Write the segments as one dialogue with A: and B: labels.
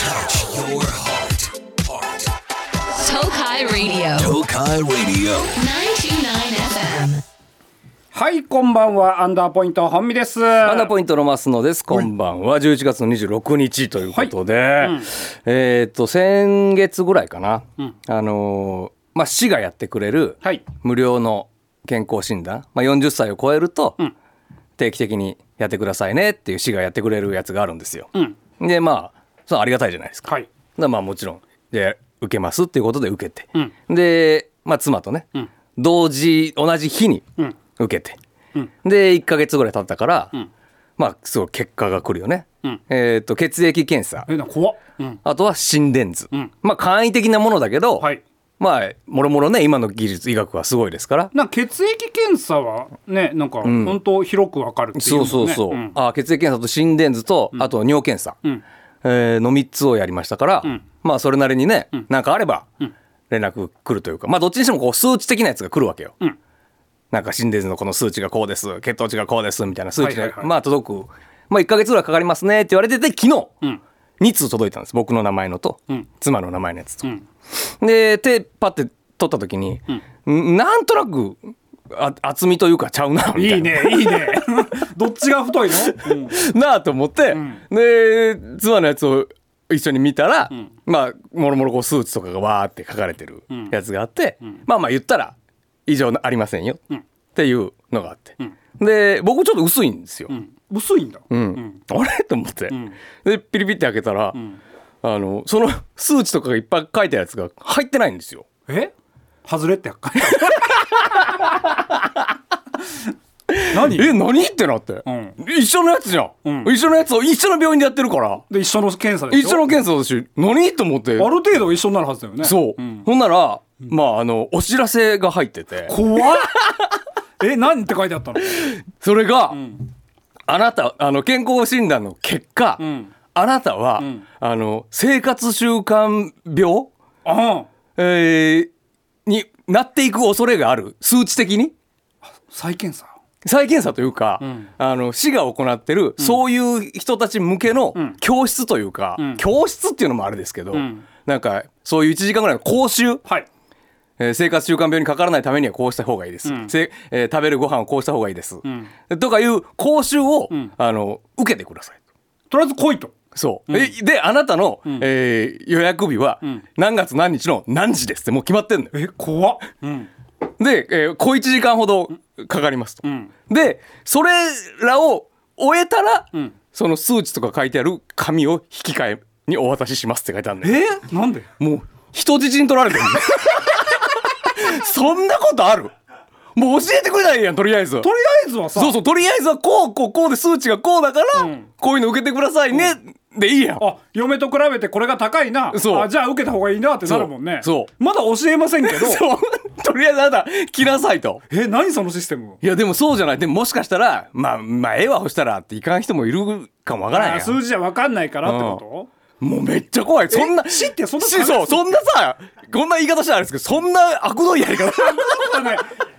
A: your heart. Heart.
B: Tokai Radio.
A: Tokai Radio.
B: 929 FM.
C: はい、こんばんは。アンダーポイント本美です。
D: アンダーポイントの増野です。こんばんは。11月の26日ということで、えーっと、先月ぐらいかな、あのーまあ、市がやってくれる
C: はい
D: 無料の健康診断、まあ、40歳を超えると
C: ん
D: 定期的にやってくださいねっていう市がやってくれるやつがあるんですよ。
C: うん。
D: で、まあ、それはありがたいじゃないですか。
C: はい。
D: だからまあもちろんで受けますっていうことで受けて、
C: う
D: で、まあ、妻とね、
C: ん
D: 同時同じ日に
C: うん
D: 受けて、
C: うん
D: で1か月ぐらい経ったから、
C: ん
D: まあすごい結果が来るよね、
C: うん
D: えー、と血液検査
C: え、な、怖っ。うん。
D: あとは心電図、
C: うん
D: まあ簡易的なものだけど、
C: はい。
D: まあもろもろね今の技術医学はすごいですから。
C: なんか血液検査はね、なんか
D: ん
C: 本当広くわかるっていう
D: そ
C: もん
D: う
C: ね。
D: そうそう、
C: ん
D: あ血液検査と心電図と、あと尿検査、
C: うん。
D: えーの3つをやりましたから、
C: ん
D: まあそれなりにね、なんかあれば連絡来るというかまあどっちにしてもこう数値的なやつが来るわけよ、
C: ん
D: なんか心電図のこの数値がこうです血糖値がこうですみたいな数値が、
C: はいはいはい
D: まあ届くまあ1か月ぐらいかかりますねって言われてて昨日、
C: うん。
D: 2通届いたんです僕の名前のと、
C: うん
D: 妻の名前のやつと、
C: ん
D: で手パッて取った時に、んなんとなくあ厚みというかちゃうなみたいない
C: いね、いいね。 どっちが太いのうん
D: なあと思って、で妻のやつを一緒に見たら、まあもろもろこう数値とかがわーって書かれてるやつがあって、まあまあ言ったら異常ありませんよっていうのがあって、で僕ちょっと薄いんですよ、
C: うん。薄いんだ。
D: うんあれと思って、でピリピって開けたら、あのその数値とかがいっぱい書いたやつが入ってないんですよ。
C: え外れってやっか 何
D: え何ってなって、
C: ん
D: 一緒のやつじゃん、
C: うん
D: 一緒のやつを一緒の病院でやってるから
C: で、一緒の検査でし
D: 一
C: ょ
D: 緒の検査だし何と思って
C: ある程度は一緒になるはずだよね。
D: そう、
C: ん
D: ほんなら、まああのお知らせが入ってて
C: 怖っ。え、何って書いてあったの
D: それが、
C: ん
D: あなたあの健康診断の結果、
C: ん
D: あなたは、
C: ん
D: あの生活習慣病、
C: ああ。
D: えーになっていく恐れがある数値的に
C: 再検査。
D: 再検査というか、
C: ん
D: あの市が行ってる、そういう人たち向けの
C: ん
D: 教室というか、
C: ん
D: 教室っていうのもあれですけど、
C: ん
D: なんかそういう1時間ぐらいの講習、
C: はい。
D: えー生活習慣病にかからないためにはこうした方がいいです、
C: ん
D: せえー食べるご飯をこうした方がいいです、
C: ん
D: とかいう講習を、
C: ん
D: あの受けてください
C: とりあえず来いと。
D: そう、えであなたの、えー予約日は
C: ん
D: 何月何日の何時ですってもう決まってんのよ
C: え、怖っ。うん。
D: で、えー小1時間ほどかかりますと、
C: ん
D: でそれらを終えたら、
C: ん
D: その数値とか書いてある紙を引き換えにお渡ししますって書いてあるんだよ
C: えなんで
D: もう人質に取られてる そんなことあるもう教えてくれないやんとりあえず
C: とりあえずはさ
D: そうそうとりあえずはこうこうこうで数値がこうだから、こういうの受けてくださいね、でいいやん
C: あ嫁と比べてこれが高いな
D: そう
C: あじゃあ受けた方がいいなってなるもんね
D: そうそう
C: まだ教えませんけど
D: そうとりあえずあなた来なさいと
C: え何そのシステム
D: いやでもそうじゃないでももしかしたらまあまあええわほしたらっていかん人もいるかもわから
C: あ
D: んやん
C: 数字じゃ分かんないからってこ
D: もうめっちゃ怖いそんな
C: え死ってそんな
D: 死そうそんなさこんな言い方したらあれですけどそんな悪どいやり方
C: とだね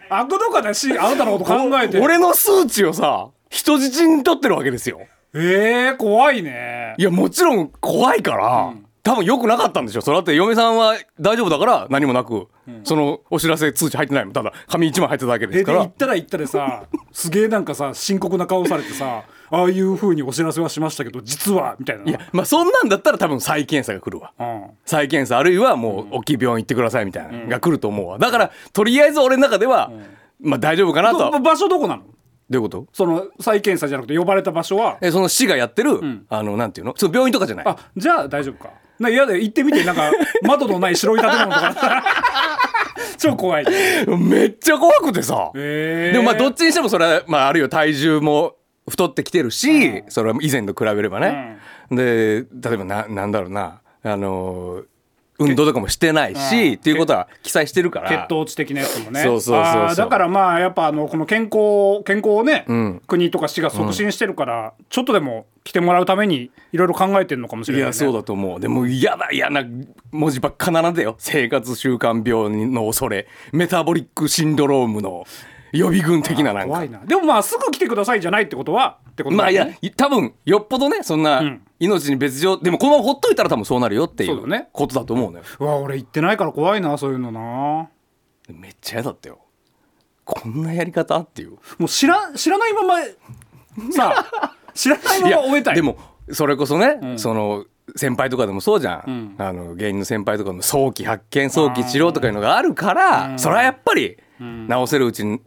C: 悪どかだしあなたのこと考え て
D: 俺の数値をさ人質に取ってるわけですよ
C: えー、怖いね
D: いやもちろん怖いから、多分良くなかったんでしょそれだって嫁さんは大丈夫だから何もなく、そのお知らせ通知入ってないもんただ紙一枚入ってただけで
C: え
D: す
C: で
D: か
C: 行
D: ら
C: ったら行ったらさすげえなんかさ深刻な顔されてさああいうふうにお知らせはしましたけど実はみたいない
D: いやまあそんなんだったら多分再検査が来るわ
C: うん、
D: 再検査あるいはもう大きい病院行ってくださいみたいなのが来ると思うわだからとりあえず俺の中では、まあ大丈夫かなとは
C: ど場所どこなの
D: どういうこと
C: その再検査じゃなくて呼ばれた場所は
D: えその市がやってる、あのなんていうのそう病院とかじゃない
C: あじゃあ大丈夫か。な嫌だよ行ってみてなんか窓のない白い建物とかだ ったら超怖い。
D: めっちゃ怖くてさ、
C: えー
D: でもまあどっちにしてもそれは、まあ、あるいは体重も太ってきてるし、それは以前と比べればね、で例えばななんだろうなあのー運動とかもしてないしっていうことは記載してるから
C: 血糖値的なやつもね。
D: そうそうそうそう
C: あーだからまあやっぱあのこの健康健康をね、
D: ん
C: 国とか市が促進してるから、ちょっとでも来てもらうためにいろいろ考えてるのかもしれ
D: い
C: ない、ね。
D: やそうだと思うでも嫌だ嫌な文字ばっか並んでよ生活習慣病の恐れメタボリックシンドロームの予備軍的ななん
C: 怖
D: か
C: いなでもまあすぐ来てくださいじゃないってことはってこと
D: まあ
C: だ
D: い
C: よ
D: や
C: ね
D: 多分よっぽどねそんな命に別状でもこのままほっといたら多分そうなるよってい
C: そうだね
D: うことだと思うのよ
C: うわ俺行ってないから怖いなそういうのな
D: めっちゃ嫌だったよこんなやり方っていう
C: もう知ら知らないままさあ知らないまま終えたい
D: でもそれこそね、その先輩とかでもそうじゃん、あの芸人の先輩とかの早期発見早期治療とかいうのがあるからそれはやっぱり治せるうちに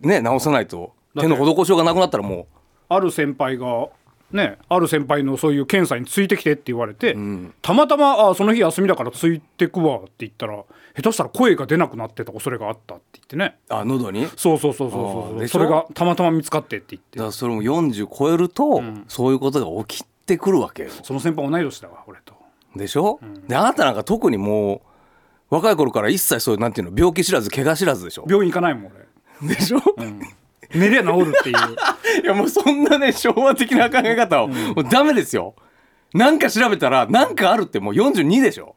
D: ね治さないと
C: だって
D: 手の施しようがなくなったらも
C: ある先輩がねある先輩のそういう検査についてきてって言われて、たまたまあその日休みだからついてくわって言ったら下手したら声が出なくなってた恐れがあったって言ってね
D: うあ喉にだか
C: そうそうそうそう
D: あ
C: そ
D: ー
C: う
D: でし
C: そ
D: ょ
C: れがたまたま見つかってって言って
D: らそれも40超えると、そういうことが起きてくるわけよ
C: その先輩同い年だわ俺と
D: でしょ、であなたなんか特にもう若い頃から一切そういうなんていうの病気知らず怪我知らずでしょ
C: 病院行かないもん
D: でしょ、
C: 俺寝りゃ治る っていう
D: いやもうそんなね昭和的な考え方を、もうダメですよなんか調べたらなんかあるってもう42でしょ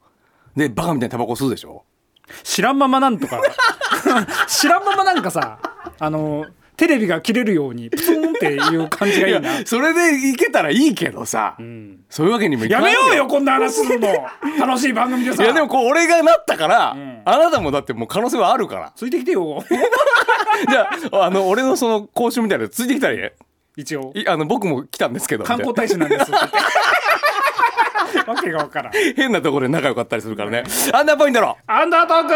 D: でバカみたいにタバコ吸うでしょ
C: 知らんままなんとか 知らんままなんかさあのテレビが切れるようにプツンっていう感じがいいな
D: それでいけたらいいけどさ、そういうわけにもいか
C: や
D: な
C: め
D: い
C: ようよこんな話するの楽しい番組で
D: い
C: さ
D: やでもこう俺がなったから、あなたもだってもう可能性はあ るから
C: ついてきて よ
D: じゃああの俺のその講習みたいなのついてきたらね
C: 一応
D: いあの僕も来たんですけどみたい
C: 観
D: な
C: 光大使なんですってわけがわからん
D: 変なところで仲良かったりするからねアンダーポイントの
C: アンダートーク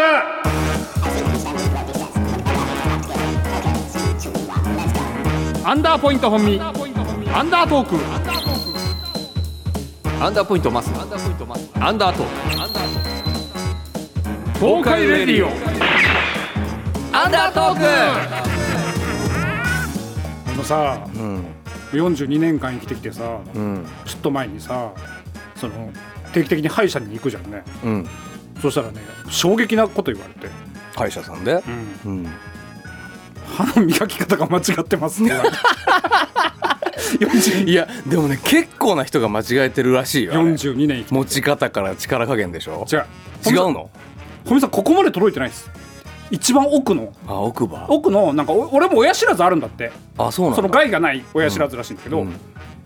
C: アンダーポイント本身アンダートーク
D: アンダーポイントマスアンダーポイントマスアンダート
C: 東海レディオ
D: アンダートー
C: あのさ、42年間生きてきてさ、
D: クうん
C: ちょっと前にさその定期的に歯医者に行くじゃんね
D: うん
C: そしたらね衝撃なこと言われて、
D: 歯医者さんで、うん、
C: 歯の磨き方が間違ってますって言 われて
D: いやでもね結構な人が間違えてるらしいよあれ
C: 42年生きて
D: 持ち方から力加減でしょ
C: 違う
D: 違うの
C: 小見さんここまで届いてないです一番奥の
D: あ奥歯
C: 奥のなんかお俺も親知らずあるんだって
D: あそうな
C: その
D: んだ
C: 害がない親知らずらしいんだけど、
D: うん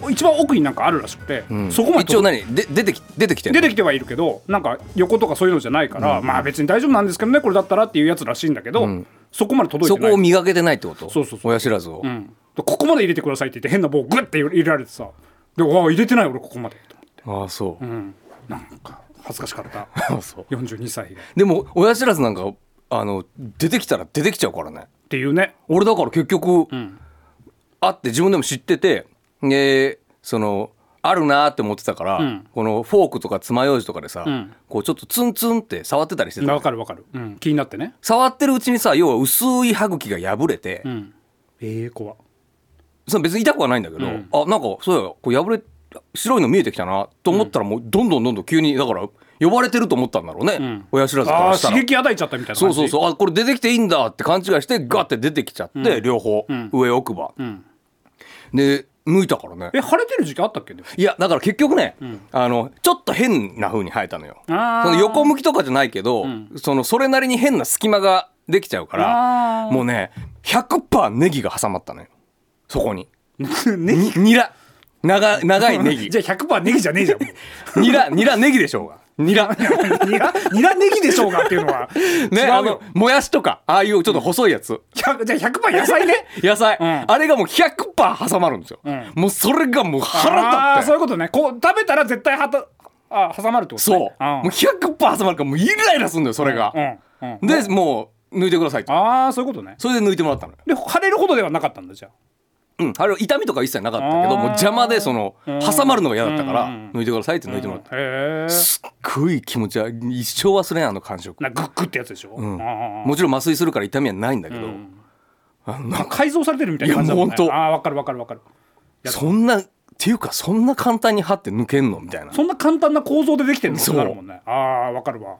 C: 一番奥になんかあるらしくて、
D: うん
C: そこまで
D: 一応何で出てき出てきてんの
C: 出てきてはいるけどなんか横とかそういうのじゃないから、まあ別に大丈夫なんですけどねこれだったらっていうやつらしいんだけど、
D: ん
C: そこまで届い
D: そ
C: てな
D: こ
C: い
D: を磨けてないってこと
C: そうそうそう
D: 親知らずを、
C: うんここまで入れてくださいって言って変な棒をグッて入れられてさでわあ入れてない俺ここまでと
D: ああそう、
C: なんか恥ずかしかった
D: あそう
C: 42歳がっ
D: でも親知らずなんかあの出てきたら出てきちゃうからね
C: ていうね
D: 俺だから結局、あって自分でも知っててでそのあるなーって思ってたから、
C: ん
D: このフォークとか爪楊枝とかでさ、
C: ん
D: こうちょっとツンツンって触ってたりしてた
C: わかるわかる、うん気になってね
D: 触ってるうちにさ要は薄い歯茎が破れて、
C: うんええ怖
D: その別に痛くはないんだけど、あなんかそうやこう破れ白いの見えてきたなと思ったらもうどんどんどんどん急にだから呼ばれてると思ったんだろうね、
C: ん
D: 親知らずか
C: あ
D: ら
C: あ
D: したら
C: 刺。激与えちゃったみたいな
D: そ
C: 感
D: う
C: じ
D: そうそうあこれ出てきていいんだって勘違いしてガッて出てきちゃって、両方、上奥歯、
C: ん
D: で抜いたからね
C: え腫れてる時期あったっけでも
D: いやだから結局ね、あのちょっと変な風に生えたのよそ
C: あー
D: の横向きとかじゃないけど、そのそれなりに変な隙間ができちゃうから
C: あー
D: もうね100%ネギが挟まったのよそこに
C: ネギ
D: にニラ長長いネ ギ
C: じゃあ100%ネギじゃねえじゃんもう
D: ニラニラネギでしょうが ニラ
C: ニラニラネギでしょうがっていうのは
D: ね
C: 違
D: あ
C: う
D: の
C: よ
D: もやしとかああいうちょっと細いやつ、
C: 100じゃあ100%野菜ね
D: 野菜、
C: ん
D: あれがもう100%挟まるんですよ、
C: ん
D: もうそれがもう
C: あ
D: 腹
C: あーそ
D: 立
C: う
D: っ
C: いうことねこう食べたら絶対はたあ挟まるってこ
D: て
C: と、ね、
D: そう、も
C: あ
D: う100%挟まるからもうイライラするんだよそれが、
C: うんうん
D: でもう抜いてくださいと
C: ああそういうことね
D: それで抜いてもらったのよ、
C: で腫れるほどではなかったんだじゃあ
D: うん、あれは痛みとか一切なかったけど
C: あー
D: もう邪魔でその挟まるのが嫌だったから
C: うん
D: 抜いてくださいって抜いてもらった、
C: へえ
D: すっごい気持ちは一生忘れないあの感触、
C: なグッグってやつでしょ、う
D: うん、
C: あ
D: もちろん麻酔するから痛みはないんだけど、あのなん
C: あ
D: か
C: 改造されてるみたいな感じだもんね
D: いやもうほんと
C: ああわかるわかるわかる
D: そんなっていうかそんな簡単に歯って抜けんのみたいな
C: そんな簡単な構造でできてるの
D: そう
C: なるもんねああわかるわ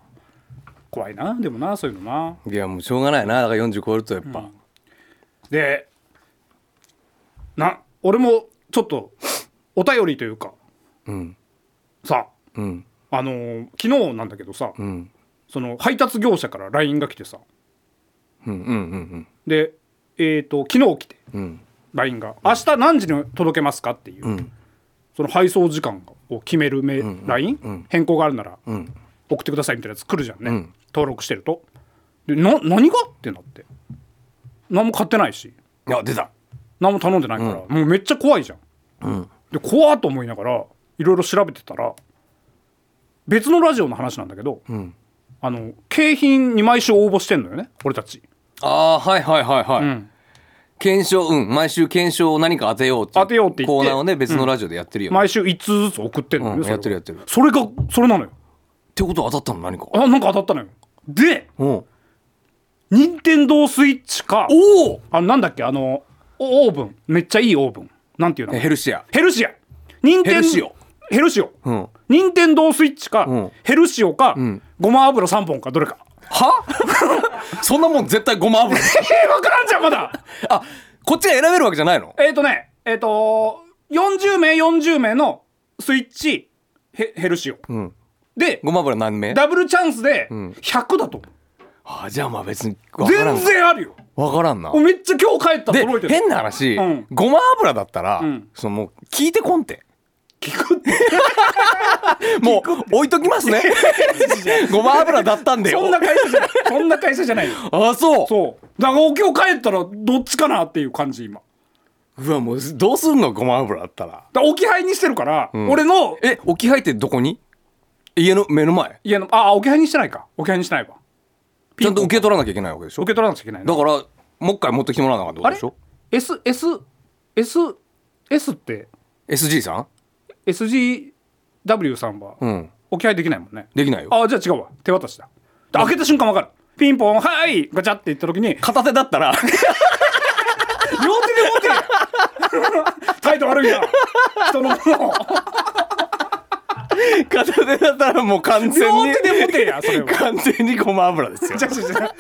C: 怖いなでもなそういうのない
D: やもうしょうがないなだから40超えるとやっぱ、
C: でな俺もちょっとお便りというか、
D: ん
C: さ
D: うん
C: あのー昨日なんだけどさ、
D: うん
C: その配達業者から LINE が来てさ
D: うんうんうん
C: でえー、と昨日来て
D: うん。
C: LINE が「明日何時に届けますか?」っていう、
D: うん。
C: その配送時間を決めるメ LINE、変更があるなら
D: ん
C: 送ってくださいみたいなやつ来るじゃんね、
D: ん
C: 登録してるとでな何がってなって何も買ってないし
D: いや、出た。
C: 何も頼んでないから、もうめっちゃ怖いじゃん、で怖っと思いながらいろいろ調べてたら別のラジオの話なんだけど、あの景品に毎週応募してんのよね俺たち
D: ああー、はいはいはいはい。
C: ん
D: 検証、うん。毎週検証を何か当てようってい
C: 当てようって言って
D: コーナーをね、別のラジオでやってるよ。っ
C: 毎週1通ずつ送ってんのよ、
D: うん
C: それを
D: やってるやってる
C: それがそれなのよ
D: てことは当たったの何か。
C: あなんか当たったのよで
D: うん。お
C: 任天堂スイッチか
D: お
C: あなんだっけあのおオーブンめっちゃいいオーブンなんていうの
D: ヘルシア。
C: ヘルシア任天
D: ヘルシオ
C: ヘルシオ、
D: うん
C: 任天堂スイッチか、
D: ん
C: ヘルシオか、ごま油3本かどれか
D: は そんなもん絶対ごま油。
C: え ー、分からんじゃんまだ
D: あ、こっちが選べるわけじゃないの
C: えっ、ー、とねえっ、ー、と40名40名のスイッチヘヘルシオ、
D: ん
C: で
D: ごま油何名
C: ダブルチャンスで100だと思
D: あじゃあまあ別に
C: う、
D: 分からん
C: 全然あるよ
D: 分からんな
C: めっちゃ今日帰ったら
D: で
C: 届いてる
D: 変な話、
C: うん
D: ごま油だったら、
C: ん
D: そのもう聞いてこんって
C: 聞くって
D: もう置いときます ねごま油だったんだよ
C: そんな会 社じゃないそんな会社じゃないよ
D: あそう
C: そうだから今日帰ったらどっちかなっていう感じ今
D: うわもうどうすんのごま油だったら
C: だから置き配にしてるから、俺の
D: え置き配ってどこに家の目の前
C: 家のああ置き配にしてないか置き配にしてないわ
D: ちゃんと受け取らなきゃいけないわけでしょ
C: 受け取らなくちゃいけない
D: だ
C: な
D: からもう一回持ってきてもらわなあかった
C: あ
D: ってこと
C: れ
D: でしょ
C: ?SSSS S って
D: SG さん
C: SGW さんは
D: うん
C: 置き配できないもんね、
D: できないよ
C: あじゃあ違うわ手渡しだで開けた瞬間分かるピンポンはいガチャって言った時に両
D: 片手だったら
C: 手で持てよ 態度悪いな人のものを
D: 片手だったらもう完全に
C: 両手で持てやそれは
D: 完全にごま油ですよ
C: じゃじゃじゃ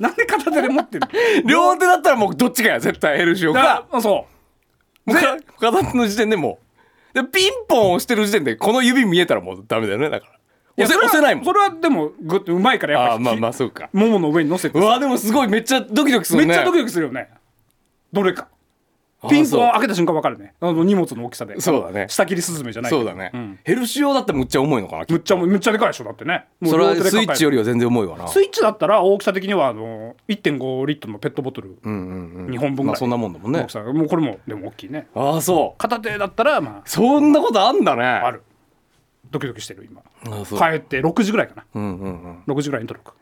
C: なんで片手で持ってるの
D: 両手だったらもうどっちかや絶対ヘルシオ
C: だ
D: か
C: からそ
D: もうか片手の時点でもうでピンポン押してる時点でこの指見えたらもうダメだよねだから
C: う
D: 押せ
C: や
D: 押せないも
C: そ
D: ん
C: れはそれはでもグッとうまいからやっ
D: あ
C: ぱ
D: あ
C: り
D: まあまあそうか
C: ももの上に乗せて
D: うわでもすごいめっちゃドキドキす
C: め
D: る
C: っ
D: ね
C: ちゃドキドキするよねどれか
D: あ
C: ピンポ
D: そう
C: ン開けた瞬間分かるねあの荷物の大きさで
D: そうだね
C: 下切りスズメじゃないけ
D: そ
C: ど
D: うだね、
C: ん
D: ヘルシオだってむっちゃ重いのかな
C: むっちゃむっちゃでかいでしょだってねもう
D: それは
C: 両手で
D: ス
C: 抱
D: イ
C: えて
D: ッチよりは全然重いわな
C: スイッチだったら大きさ的にはあの1.5リットルのペットボトル2本分ぐらい、
D: まあそんなもんだもんね
C: 大きさもうこれもでも大きいね
D: ああそう
C: 片手だったらま
D: そんなことあんだね
C: ああ
D: あ
C: るドキドキしてる今
D: あそう
C: 帰って6時ぐらいかな、
D: うんうんうん
C: 6時ぐらいに届く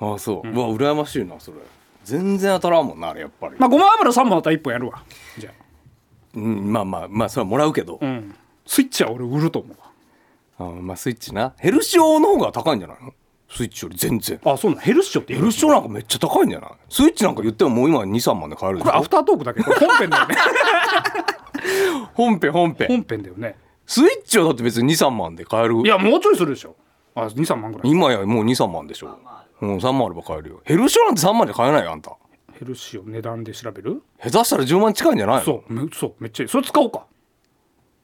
D: ああそう、うわ羨ましいなそれ全然当たらんもんなあれやっぱり、
C: まあごま油3本だったら1本やるわじゃあ
D: うん、まあまあまあそれはもらうけど、
C: うんスイッチは俺売ると思うわ
D: あまあスイッチなヘルシオの方が高いんじゃないのスイッチより全然
C: あそうなのヘルシオって
D: ヘ
C: 言う
D: ルシオなんかめっちゃ高いんじゃないスイッチなんか言ってももう今23万で買えるでし
C: これア
D: ょ
C: フタートークだけどこれ本編だよね
D: 本編本編
C: 本編だよね
D: スイッチはだって別に23万で買える
C: いやもうちょいするでしょあ23万ぐらい
D: 今やもう23万でしょうん3万あれば買えるよヘルシオなんて3万で買えないよあんた
C: ヘルシオ値段で調べる
D: 下手したら10万近いんじゃないの
C: そうめそうめっちゃいいそれ使おうか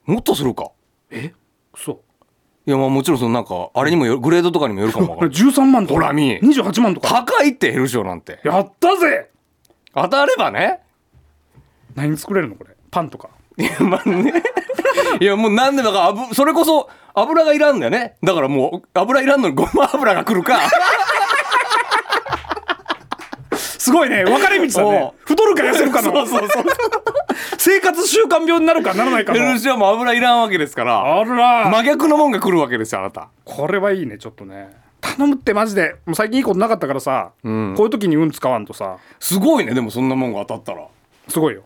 D: もっとするか
C: そう
D: いやまあもちろんそのなんかあれにもよるグレードとかにもよるかもわ
C: こ
D: か
C: れ
D: んない
C: 13万と
D: ほ
C: から
D: 見
C: 28万とか
D: 高いってヘルシオなんて
C: やったぜ
D: 当たればね
C: 何作れるのこれパンとか
D: いやまあねいやもう何でだからあぶそれこそ油がいらんだよねだからもう油いらんのにごま油が来るか
C: すごいね分かれ道だね
D: お
C: 太るか痩せるか
D: そう
C: の
D: そうそう
C: 生活習慣病になるかならないか
D: ヘル
C: の
D: シオも油いらんわけですから
C: あら
D: 真逆のもんが来るわけですよあなた
C: これはいいねちょっとね頼むってマジでもう最近いいことなかったからさ、こういう時に運使わんとさ
D: すごいねでもそんなもんが当たったら
C: すごいよ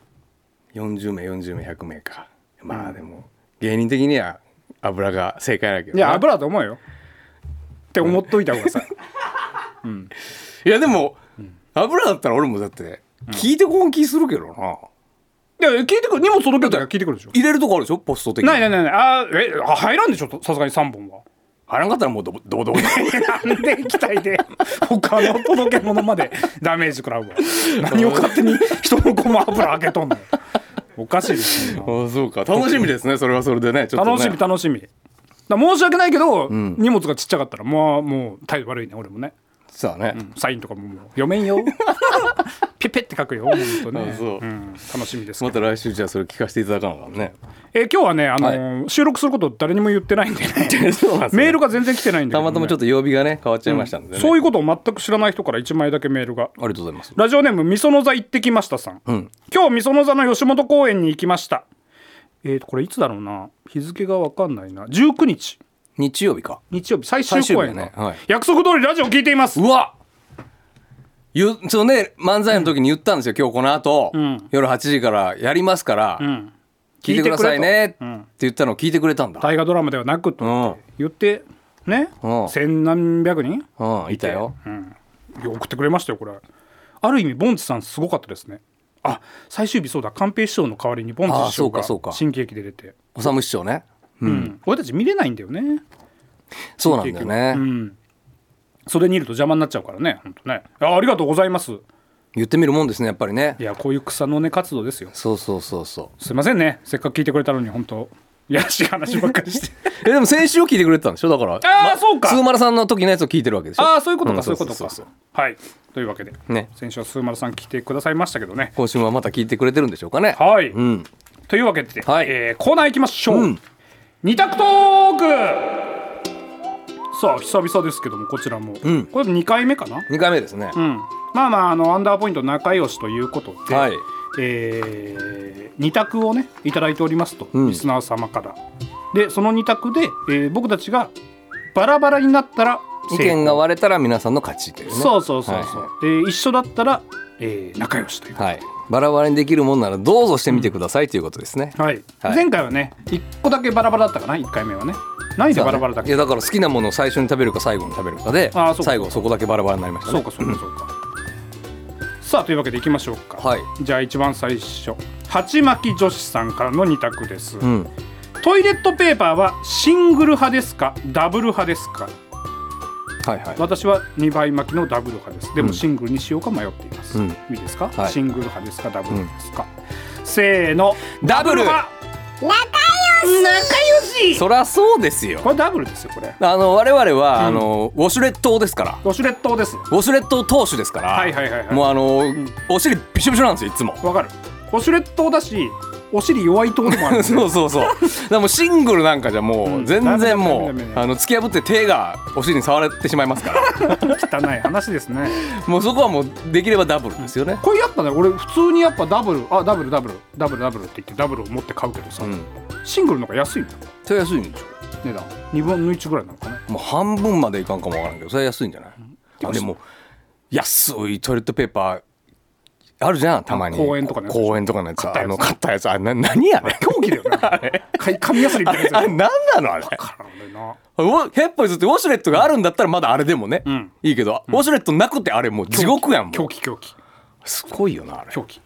D: 40名40名100名かまあでも芸人的には油が正解だけど
C: い
D: な
C: や油だと思うよって思っといた方が さ
D: いやでも、油だったら俺もだって聞いてこん気するけど
C: い
D: な、
C: や聞いてくる荷物届けたら聞いてくるでしょ
D: 入れるとこあるでしょポスト的に
C: ないないないないあーえあ入らんでしょさすがに3本は
D: 入らんかったらもうどどうどう
C: なんで液体で 他の届け物までダメージ食ら うわ何を勝手に人のごま油開けとんのよおかしいです ね
D: ああそうか楽しみですねそれはそれでねちょっとね
C: 楽しみ楽しみだから申し訳ないけど、荷物がちっちゃかったらまあもう態度悪いね俺もね
D: そうだね、
C: サインとかももう読めん よペペって書くよ本当ね
D: あそう
C: うん、楽しみですけど
D: また来週じゃあそれ聞かせていただかなあかんね
C: えー今日はね、あのー収録すること誰にも言ってないんでね
D: そうなんですよ
C: メールが全然来てないんで、
D: たまたまちょっと曜日がね変わっちゃいましたんで、ね
C: そう
D: いう
C: いうことを全く知らない人から1枚だけメールが
D: ありがとうございます
C: ラジオネームみその座行ってきましたさん、
D: ん
C: 今日みその座の吉本公園に行きましたえーとこれいつだろうな日付がわかんないな19日
D: 日曜日か
C: 日曜日最終公演
D: 最
C: が
D: 終日だねはい
C: 約束通りラジオ聞いています
D: うわゆそのね漫才の時に言ったんですよ、今日この後、
C: ん
D: 夜8時からやりますから、
C: ん
D: 聞いてくださいねって
C: 聞いてくれとうん
D: 言ったのを聞いてくれたんだ
C: 大河ドラマではなく
D: う
C: と
D: ん、
C: 言ってね
D: うん
C: 千何百人
D: うん、いたよ
C: いや送ってくれましたよこれある意味ボンチさんすごかったですねあ最終日そうだ寛平師匠の代わりにボンチ
D: あ
C: 師匠
D: そうかそうか
C: が新喜劇で出て
D: おさむ市長ね
C: うん俺たち見れないんだよね
D: そうなんだよね、
C: うんそれにいると邪魔になっちゃうからね本当ねあありがとうございます
D: 言ってみるもんですねやっぱりね
C: いやこういう草の根活動ですよ
D: そうそうそうそう
C: すいませんねせっかく聞いてくれたのに本当いやらしい話ばっかり して
D: えでも先週を聞いてくれてたんでしょだから
C: あーそうか
D: スーマラさんの時のやつを聞いてるわけでしょ
C: ああそういうことか、
D: ん
C: そういうことか
D: そう
C: はいというわけで、
D: ね
C: 先週はスーマルさん来てくださいましたけどね
D: 今週もまた聞いてくれてるんでしょうかね
C: はい、
D: うん
C: というわけで、
D: はい
C: えーコーナー行きましょう、
D: うん
C: 二択トークさあ久々ですけどもこちらも、
D: ん
C: これ2回目かな、
D: 2回目ですね、
C: うん、まあまああのアンダーポイント仲良しということで、
D: はい
C: え2択をねいただいておりますと、
D: うん
C: リスナー様からでその2択で、えー僕たちがバラバラになったら
D: 意
C: 成功
D: 見が割れたら皆さんの勝ちというね
C: そうそうそうそう、
D: は
C: で一緒だったら、えー仲良しという
D: はい、バラバラにできるもんならどうぞしてみてくださいということですね、
C: はい、
D: はい
C: 前回はね1個だけバラバラだったかな1回目はね何でバラバラだっ
D: い
C: け
D: やだから好きなものを最初に食べるか最後に食べるかで
C: あーそうか
D: 最後そこだけバラバラになりました
C: そう
D: ね
C: かそうかそうか。さあというわけでいきましょうか。
D: はい
C: じゃあ一番最初、鉢巻き女子さんからの二択です。
D: うん
C: トイレットペーパーはシングル派ですか、ダブル派ですか。
D: はいはい
C: 私は2倍巻きのダブル派です。で
D: う
C: も
D: ん
C: シングルにしようか迷っています。
D: うん
C: いいですか、
D: はい
C: シングル派ですか、ダブル派ですか。せーの、
D: ダブル
C: 派。
D: そりゃそうですよ
C: これダブルですよこれ。
D: あの我々は、あのウォシュレットですから
C: ウォシュレットです。
D: ウォシュレット投手ですから、
C: はいはいはいはい
D: もうあの、お尻びしょびしょなんですよいつも
C: わかる。ウォシュレットだし、お尻弱いとでもあるんで。
D: そうそうそうだからもうシングルなんかじゃも
C: う
D: うん全然もう、
C: ダメダメダメダメ
D: あの突き破って手がお尻に触れてしまいますから
C: 汚い話ですね。
D: もうそこはもうできればダブルですよね、
C: これやっぱね俺普通にやっぱダブルあダブルダブルダブルダブルって言ってダブルを持って買うけどさ、
D: うん、
C: シングルの方が安いんだよ
D: それ安いんでしょ
C: 値段2分の1ぐらいなのかな
D: もう半分までいかんかもわからんけどそれは安いんじゃない、あでも安いトイレットペーパーあるじゃんたまに
C: 公園とかのやつ
D: 公園とかのやつ
C: 買ったやつ
D: あの買ったやつあれな何やねん
C: 狂気だよ なあれ紙やすりみ
D: あ
C: たい
D: れ
C: な
D: あ
C: や
D: れ
C: つ
D: 何なのあれ
C: から俺な
D: ウォ100歩譲ってウォシュレットがあるんだったらまだあれでもね、
C: ん
D: いいけど、ウォシュレットなくてあれもう地獄やんも
C: 狂
D: う
C: 気狂気
D: すごいよなあれ
C: 狂気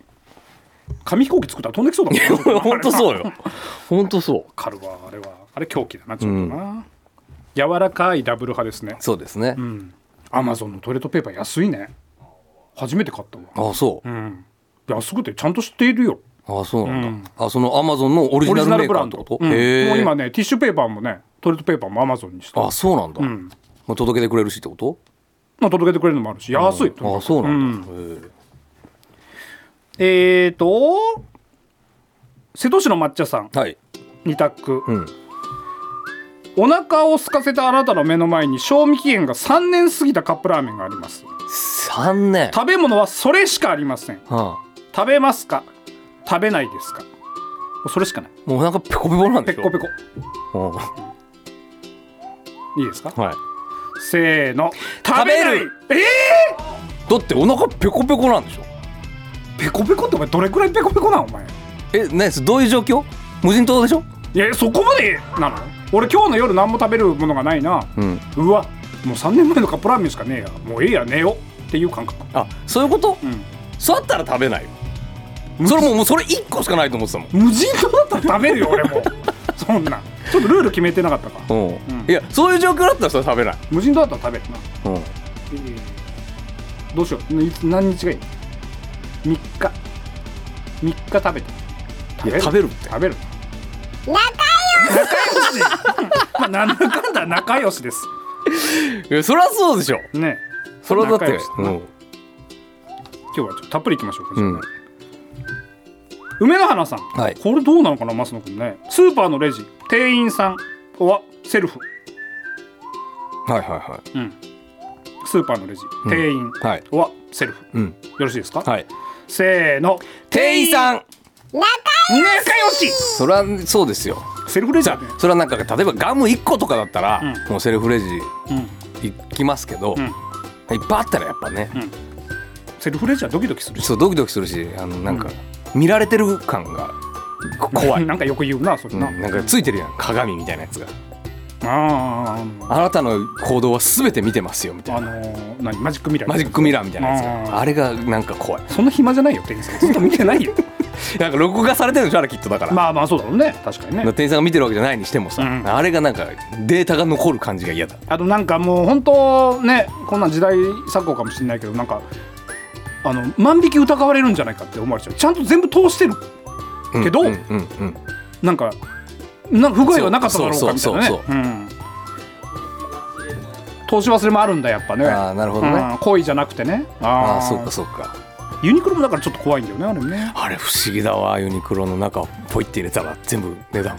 C: 紙飛行機作ったら飛んできそう だもん
D: 本当
C: う
D: そうよ本当そう
C: かるわあれはあれ狂気だなちょっとな、柔らかいダブル派ですね
D: そうですね、
C: アマゾンのトイレットペーパー安いね初めて買ったわ
D: あそう、
C: うん安くてちゃんと知っているよ
D: あそうなんだ、あそのアマゾンのオリジ
C: オリジ
D: ナル
C: ナ
D: メ
C: ル
D: ーカ
C: ブラ
D: ー
C: ン
D: って
C: ド、
D: こと
C: うん
D: へえ
C: もう今ねティッシュペーパーもねトイレットペーパーもアマゾンにして
D: あそうなんだ、
C: ん
D: もう届けてくれるしってこと
C: まあ、届けてくれるのもあるし安いとに
D: あ
C: かく
D: そうなんだ、へえ
C: えーと瀬戸市の抹茶さん
D: はい、
C: 二択、
D: ん
C: お腹を空かせたあなたの目の前に賞味期限が3年過ぎたカップラーメンがあります
D: 3年、
C: 食べ物はそれしかありません
D: はあ、
C: 食べますか食べないですかもうそれしかない
D: もうなんかペコペコなん
C: ペ
D: でし
C: ッ
D: ょ
C: コペコ
D: うん
C: いいですか
D: はい
C: せーの
D: 食
C: 食べ
D: べる
C: ないえ
D: だってお腹ペコペコなんでしょ
C: ー、ペコペコってお前どれくらいペコペコなんお前
D: えねどういう状況無人島でしょ
C: いやそこまでなの俺今日の夜何も食べるものがないな、
D: うん
C: うわもう3年前のカップラーメンしかねえやもうええや寝ようっていう感覚
D: あそういうこと、
C: ん
D: そうやったら食べないよそれもうもうそれ1個しかないと思ってたもん
C: 無人島だったら食べるよ俺 もそんなんちょっとルール決めてなかったか
D: うんいやそういう状況だったらそれ食べない、
C: 無人島だったら食べるな、
D: うん、
C: えーどうしよういつ何日がいい ?3 日3日食べて食
D: 食べるって
C: 食べる 仲良し仲良しまあなんだかんだ仲良しです
D: いやそりゃそうでしょ
C: ね
D: それはだって
C: 仲良しだな
D: うん
C: 今日はちょっとたっぷりいきましょうか、
D: うん
C: 梅の花さん、
D: はい
C: これどうなのかな増野君ねスーパーのレジ店員さんはセルフ、
D: はいはいは
C: うん、スーパーのレジ店員
D: はい
C: はセルフ、
D: いうん
C: よろしいですか、
D: はい
C: せーの
D: 店員さん
C: 仲良し
D: それはそうですよ
C: セルフレジ
D: じゃ
C: だね
D: あそれはなんか例えばガム1個とかだったら、
C: う
D: もうセルフレジ
C: うん
D: 行きますけど、
C: ん
D: いっぱいあったらやっぱね、
C: セルフレジはドキドキするし
D: そうドキドキするしあのなんか、見られてる感がこ 怖い、うん
C: なんかよく言うなそれな、
D: なんかついてるやん鏡みたいなやつが
C: あー
D: あなたの行動は全て見てますよみたい
C: あ
D: な
C: のー何マジックミラー
D: マジックミラーみたいなやつ
C: あ
D: が
C: ー
D: あれがなんか怖い
C: そんな暇じゃないよ店員さんずっと見てない よ
D: なんか録画されてるんでしょあれきっとだから、
C: まあまあそうだろうね確か にね
D: 店員さんが見てるわけじゃないにしてもさ、
C: うん
D: あれがなんかデータが残る感じが嫌だ
C: あとなんかもう本当ねこんなん時代錯誤かもしれないけどなんかあの万引き疑われるんじゃないかって思われちゃうちゃんと全部通してる
D: うん
C: けど
D: うんうんうん
C: なんかなんか不具合はなかっただろうかみたいなね
D: そうそうそう
C: うん投資忘れもあるんだやっぱね
D: ああなるほどね、
C: うん行為じゃなくてねあ
D: あ
C: あ
D: あそうかそうか
C: ユニクロもだからちょっと怖いんだよねあれもね
D: あれ不思議だわユニクロの中をポイって入れたら全部値段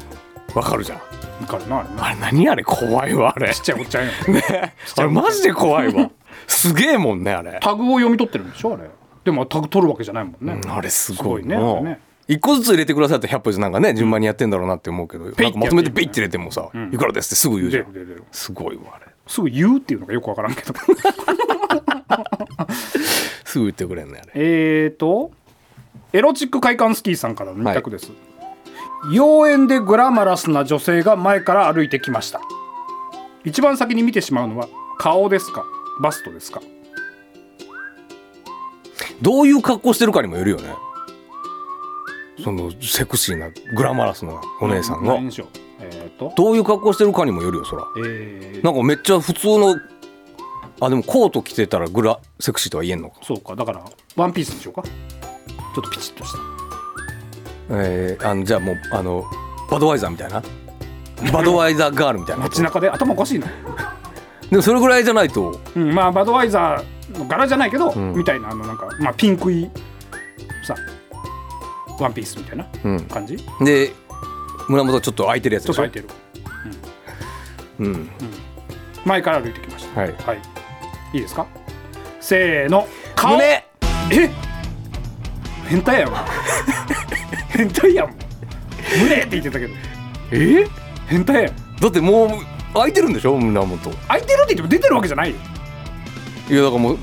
D: わかるじゃん
C: だからなあれな
D: あれ何あれ怖いわあれ
C: ちっちゃいおっちゃんよ
D: ねあれマジで怖 いわすげえもんねあれ
C: タグを読み取ってるんでしょあれでもタグ取るわけじゃないもんね、
D: あれす
C: すご
D: ごい
C: いね
D: な
C: あれね
D: 一個ずつ入れてくださいって100歩ずつなんかね順番にやってんだろうなって思うけどなん
C: ペイってやって
D: かまとめてピッて入れてもさ
C: ん
D: いくらですってすぐ言うじ
C: 出
D: ゃ
C: る出
D: ん
C: る出る
D: すごいわあれ
C: すぐ言うっていうのがよくわからんけど
D: すぐ言ってくれんねあれ
C: えーとエロチック快感スキーさんからの2択です、妖艶でグラマラスな女性が前から歩いてきました一番先に見てしまうのは顔ですかバストですか
D: どういう格好してるかにもよるよねそのセクシーなグラマラスなお姉さんが
C: 何でしょうえーと
D: どういう格好してるかにもよるよそら
C: えー
D: なんかめっちゃ普通のあでもコート着てたらグラセクシーとは言えんのか、
C: そうかだからワンピースにしようかちょっとピチッとした
D: えー、あのじゃあもうあのバドワイザーみたいなバドワイザーガールみたいな
C: 街中で頭おかしいな
D: でもそれぐらいじゃないと
C: うん、まあバドワイザーの柄じゃないけど、
D: ん
C: みたいなあのなんか、まあ、ピンクいさワンピースみたいな
D: うん
C: 感じ、ち
D: で胸元ちょっと空いてるやつ
C: ょっと
D: でしょ
C: 空いてる
D: うん
C: 前から歩いてきました
D: はい
C: はいいいですかせーの顔
D: 胸
C: え変態やろ変態やもん胸って言ってたけど
D: え
C: 変態やん
D: だってもう空いてるんでしょ胸元い
C: 開いてるって言っても出てるわけじゃないよ
D: やだからもう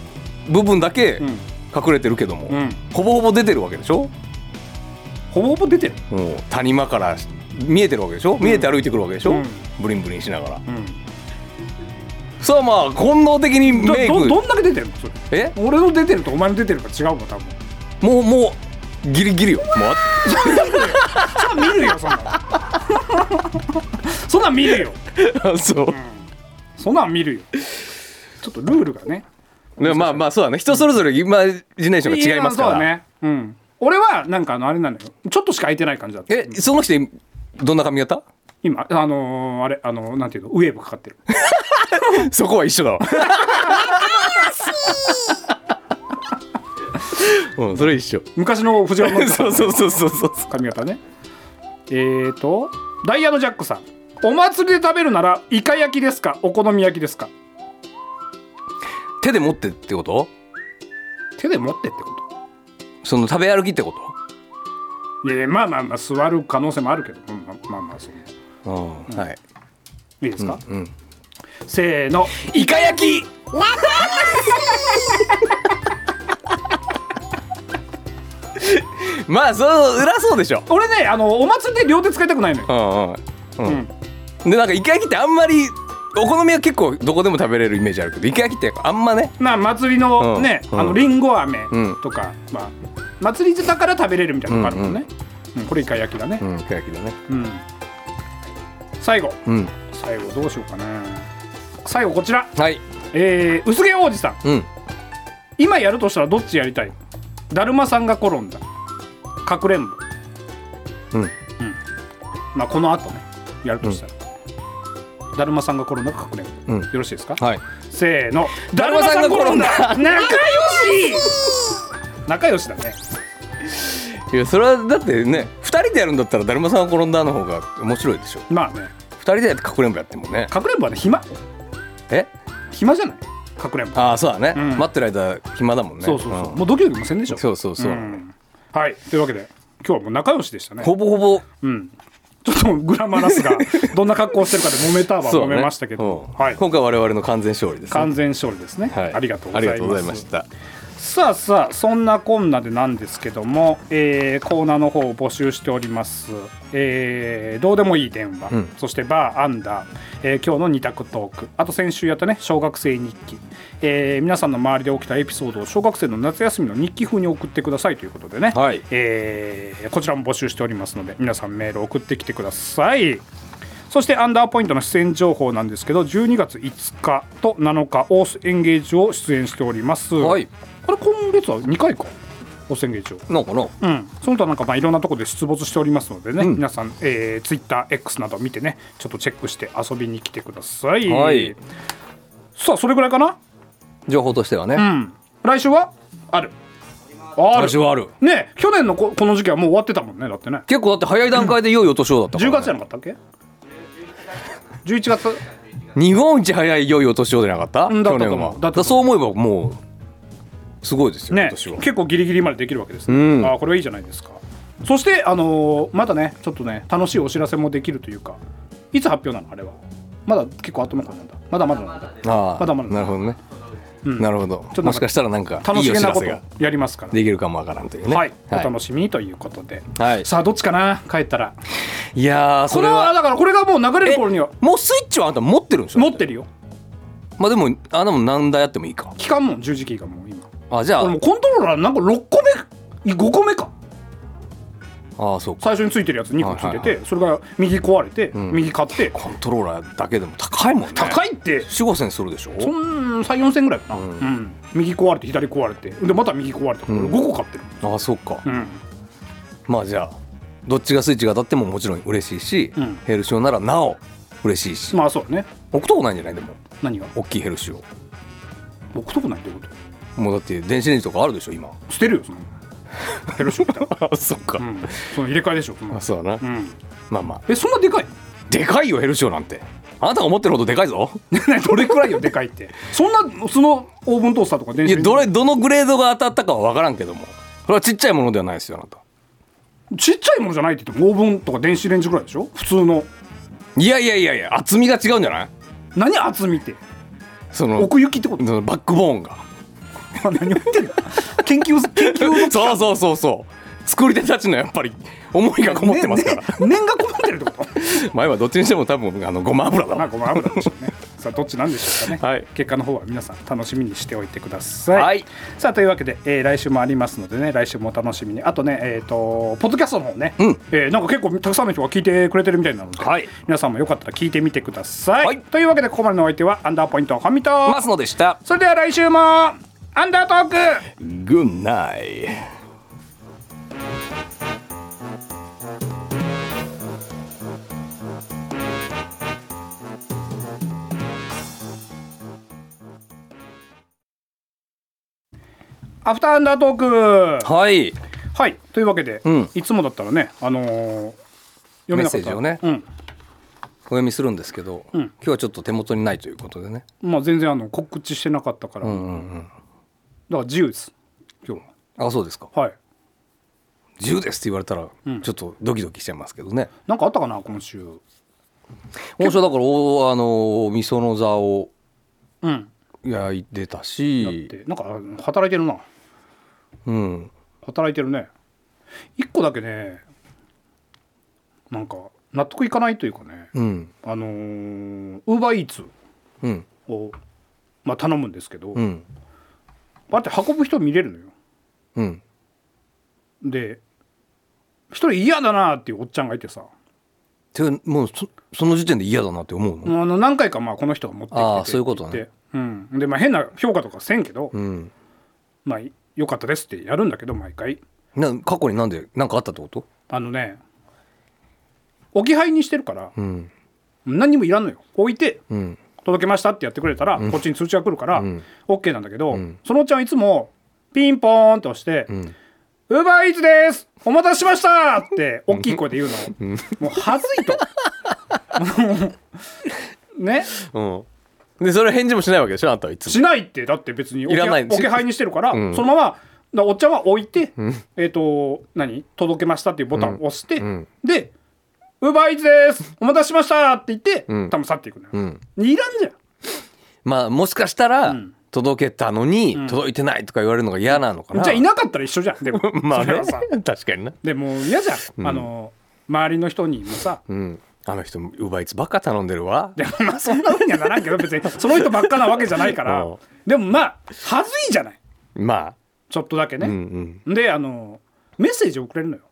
D: 部分だけ
C: うん
D: 隠れてるけども、
C: うん
D: ほぼほぼ出てるわけでしょ
C: ほぼほぼ出てる
D: もう谷間から見えてるわけでしょ見えて歩いてくるわけでしょ、
C: うん
D: ブリンブリンしながら
C: うん
D: さあまあ本能的に
C: ど
D: メイ
C: ど
D: ク
C: どんだけ出てるのそれ
D: え
C: 俺の出てるとお前の出てるか違うもん多分
D: もうもうギリギリよもうあ
C: そんなん見るよ そんなんそんなん見るよ
D: あそう、
C: そんなん見るよちょっとルールがね
D: でもまあまあそうだね人それぞれイマジネーションが違いますから
C: そうね、うん、俺はなんかあのあれなのよちょっとしか空いてない感じだった
D: えその人どんな髪型
C: 今あのーあれあのーなんていうのウェーブかかってる
D: そこは一緒だ わうんそれ一緒
C: 昔の藤原の
D: そうそうそうそうそう
C: 髪型ねえーとダイヤのジャックさんお祭りで食べるならイカ焼きですかお好み焼きですか
D: 手で持ってってこと
C: 手で持ってってこと
D: その食べ歩きってこ
C: いやいやまあまあまあ座る可能性もあるけどうんまあまあまあそうい
D: とうんはい、
C: いですか、
D: うん、
C: せーの
D: イカ焼き まあそう裏そうでしょ
C: 俺ねあのお祭りで両手使いたくないのよ
D: うんうんうんでなんかイカ焼きってあんまりお好みは結構どこでも食べれるイメージあるけどイカ焼きってあんまね
C: まあ祭りのね、
D: うん
C: あのリンゴ飴
D: うん
C: とか、まあ祭りだから食べれるみたいなのがあるもんね、うんこれイカ焼きだね、
D: んイカ焼きだね
C: うん最後
D: うん
C: 最後どうしようかな最後こちら、
D: はい
C: えー、薄毛王子さん
D: うん
C: 今やるとしたらどっちやりたいだるまさんが転んだかくれんぼ
D: うん
C: まあこの後ねやるとしたら、だるまさんが転んだかくれん、
D: うん
C: よろしいですか、
D: はい
C: せーの
D: だるまさんが転
C: だる
D: んだ
C: まさんが転んだ仲良し仲良しだね
D: いやそれはだってね2人でやるんだったらだるまさんが転んだの方が面白いでしょ
C: まあね
D: 2人でかくれんぼやってもね
C: かくれんぼはね暇
D: え
C: 暇じゃないかくれんぼ、
D: ああそうだね、
C: うん
D: 待ってる間暇だもんね
C: そうそうそう、
D: ん
C: もうドキドキもせんでしょ
D: そうそうそう、
C: んはいというわけで今日はもう仲良しでしたね
D: ほぼほぼ
C: うんちょっとグラマラス がどんな格好をしてるかで揉めたは
D: そう
C: 揉
D: ね
C: めましたけど、
D: うん
C: はい
D: 今回我々の完全勝利です、ね、
C: 完全勝利ですね、
D: はい
C: ありがとうございます
D: した
C: さあさあそんなこんなでなんですけども、えーコーナーの方を募集しております、えーどうでもいい電話、
D: うん
C: そしてバーアンダー、えー今日の二択トークあと先週やったね小学生日記、えー皆さんの周りで起きたエピソードを小学生の夏休みの日記風に送ってくださいということでね、
D: はい
C: えーこちらも募集しておりますので皆さんメールを送ってきてくださいそしてアンダーポイントの出演情報なんですけど12月5日と7日オースエンゲージを出演しております、
D: はい
C: これ今月は2回かお宣言帳
D: なんかな
C: うんその他なんかまあいろんなところで出没しておりますのでね、
D: うん
C: 皆さん、えー、TwitterX など見てねちょっとチェックして遊びに来てください、
D: はい
C: さあそれぐらいかな
D: 情報としてはね、
C: うん来週はあるあ
D: 私はある
C: ねえ去年のここの時期はもう終わってたもんねだってね
D: 結構だって早い段階で良いお年をだったから、
C: 10
D: ね、
C: 月じゃなかったっ け11月
D: 日本一早い良いお年をじゃなかった
C: うんだっ
D: 去
C: たと思う
D: 年は
C: だったと思う
D: だそう思えばもうすごいですよ、
C: ね
D: 今年は
C: 結構ギリギリまでできるわけですね、
D: うん
C: あーこれはいいじゃないですかそしてあのーまだねちょっとね楽しいお知らせもできるというかいつ発表なのあれはまだ結構後の方なんだまだまだなんだ
D: ああ
C: まだまだ
D: なるほどね、
C: ん
D: なるほど
C: となんか
D: もしかしたらなんかい
C: 楽
D: い
C: し
D: お
C: げ
D: 知
C: な
D: ら
C: こ
D: せ
C: と
D: が
C: やりますから
D: できるかもわからんというね
C: はい、お楽しみにということで、
D: はい
C: さあどっちかな帰ったら
D: い、いやーそ
C: こ
D: れ
C: れは
D: は
C: だからこれがもう流れる頃には
D: えもうスイッチはあんた持ってるんでしょ
C: 持ってるよ
D: まあでもあでも何台やってもいいか
C: 期間も十字キーがもう今
D: あじゃ
C: 俺もうコントローラーなんか6個目5個目か
D: ああそうか
C: 最初についてるやつ2個ついてて、
D: はいはい
C: それが右壊れて、
D: ん
C: 右買って
D: コントローラーだけでも高いもんね
C: 高いって
D: 4 5千するでしょ
C: そん34千ぐらいかな、うん右壊れて左壊れてでまた右壊れて、
D: ん
C: 俺5個買ってる、
D: ああそうか、
C: うん、
D: まあじゃあどっちがスイッチが当たってももちろん嬉しいし、
C: うん
D: ヘルシオならなお嬉しいし、
C: まあそうだね
D: 置くとこないんじゃないでも
C: 何が
D: 大きいヘルシオ
C: 置くとこないってこと
D: もうだって電子レンジとかあるでしょ今
C: 捨てるよそのヘルショッタ
D: あ そっか、
C: うんその入れ替えでしょその
D: あそうだな、
C: うん
D: まあまあ
C: えそんなでかい
D: でかいよヘルシオなんてあなたが思ってるほどでかいぞ
C: どれくらいよでかいってそんなそのオーブントースターとか電
D: い
C: 子
D: や
C: レンジ
D: どれどのグレードが当たったかは分からんけどもこれはちっちゃいものではないですよあなた
C: ちっちゃいものじゃないって言ってもオーブンとか電子レンジぐらいでしょ普通の
D: いやいやいやいや厚みが違うんじゃない
C: 何厚みって
D: その
C: 奥行きってこと
D: そのバックボーンが
C: 何言ってんの研究研究
D: そうそうそうそう作り手たちのやっぱり思いがこもってますから、
C: ねね念がこもってるってこと
D: 前はどっちにしても多分あのごま油だ
C: まあ
D: わ
C: ごま油でしょうね。 さあどっちなんでしょうかね。
D: はい
C: 結果の方は皆さん楽しみにしておいてください。
D: はい
C: さあというわけで、えー来週もありますのでね来週もお楽しみに。あとねえっ、とポッドキャストの方ね、
D: うん
C: えーなんか結構たくさんの人が聞いてくれてるみたいなので、
D: はい
C: 皆さんもよかったら聞いてみてください。
D: はい
C: というわけでここまでのお相手はアンダーポイントハミと、
D: ますのでした
C: それでは来週もアンダートーク
D: グッナイ
C: アフターアンダートーク
D: はい
C: はいというわけで、
D: うん
C: いつもだったらねあのー読めなかった
D: メッセージをね
C: うん
D: お読みするんですけど、
C: ん
D: 今日はちょっと手元にないということでね
C: まあ全然あの告知してなかったから、
D: うんうんうん
C: だから自由です今日
D: あそうですか
C: ははい
D: 「10です」って言われたら
C: ん
D: ちょっとドキドキしちゃいますけどね、
C: なんかあったかな今週
D: 今週はだからおあのみその座を
C: うん
D: 焼いてた
C: だっ
D: して
C: なんかあ働いてるな
D: うん
C: 働いてるね一個だけねなんか納得いかないというかね
D: うん
C: あのー、ウーバーイーツ
D: うん
C: を、まあ、頼むんですけど、
D: うん
C: あれって運ぶ人見れるのよ
D: うん
C: で一人嫌だなっていうおっちゃんがいてさ
D: てかもうそその時点で嫌だなって思う
C: あ
D: の
C: の何回かまあこの人が持ってきてて
D: ああそういうことね
C: って言ってうん、でまあ変な評価とかせんけど、
D: うん
C: まあ良かったですってやるんだけど毎回
D: な過去になんで何かあったってこと
C: あのね置き配にしてるから
D: うん
C: 何にもいらんのよ置いて、
D: ん
C: 届けましたってやってくれたら、こっちに通知が来るから、OK なんだけど、そのおっちゃんはいつもピンポーンと押して「ウーバーイーツですお待たせしました!」って大きい声で言うの、もう恥ずい とね
D: うん。で、それ返事もしないわけでしょあんたはいつも。
C: しないってだって別に置
D: いらない
C: け置け配にしてるから、
D: ん
C: そのままだからおっちゃんは置いて、えっ、と何届けましたっていうボタンを押して、
D: ん
C: で「ウーバーイーツですお待たせしました!」って言って、
D: ん
C: 多分去っていくのよ、
D: ん
C: いらんじゃん
D: まあ、もしかしたら
C: ん、
D: 届けたのに、届いてないとか言われるのが嫌なのかな。
C: じゃあいなかったら一緒じゃんでも
D: まあ
C: それ
D: ね
C: はさ、
D: 確かにな。
C: でもう嫌じゃん、あの周りの人にもさ、
D: うん。あの人、奪いつばっか頼んでるわ。
C: でもまあそんなふうにはならんけど別にその人ばっかなわけじゃないから
D: うん
C: でもまあ恥ずいじゃない
D: ま
C: ちょっとだけね、
D: あ。うん
C: であのメッセージ送れるのよ、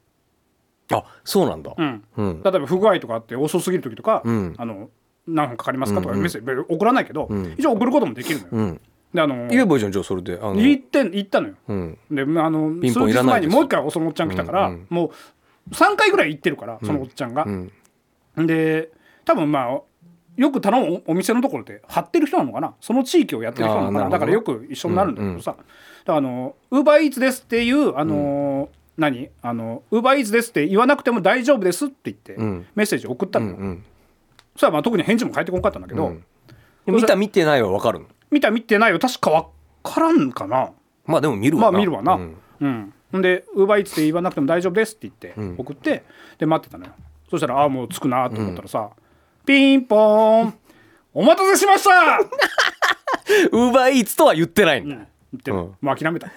D: うん。あ、そうなんだ。
C: うん
D: うん。
C: 例えば不具合とかあって遅すぎる時とか、
D: ん
C: あの何分かかりますかとかメッセージ別に送らないけど、一応送ることもできるのよ、
D: うん。
C: であの
D: 言えばいいじゃん、じゃあそれで。あの
C: 言って言ったのよ、
D: うん。
C: でまああの
D: ピン
C: 数
D: ポンい
C: 日
D: らな
C: 前に
D: いです
C: もう一回おそのおっちゃん来たから、もう3回ぐらい行ってるからそのおっちゃんが、
D: ん
C: で多分まあよく頼むおお店のところで貼ってる人なのかなその地域をやってる人なのか
D: あーなる
C: な
D: ほど
C: だからよく一緒になるんだけどさ「だからあのウーバーイーツです」っていうあの、何あのウーバーイーツですって言わなくても大丈夫ですって言って、
D: ん
C: メッセージ送ったのよ、
D: うん。
C: そしたらまあ特に返事も返ってこなかったんだけど、
D: 見た見てないは分かるの
C: 見た見てないよ確かわからんかな
D: まあでも見る
C: ま
D: わ
C: あ
D: な
C: 見るわな。
D: う
C: うん
D: ん。
C: ほんで、ウーバーイーツで言わなくても大丈夫ですって言って、送って、で、待ってたのよ。そしたら、ああ、もう着くなと思ったらさ、ピンポーン、お待たせしました
D: ウーバーイーツとは言ってないんだ、
C: 言って、
D: うん
C: もう諦めた。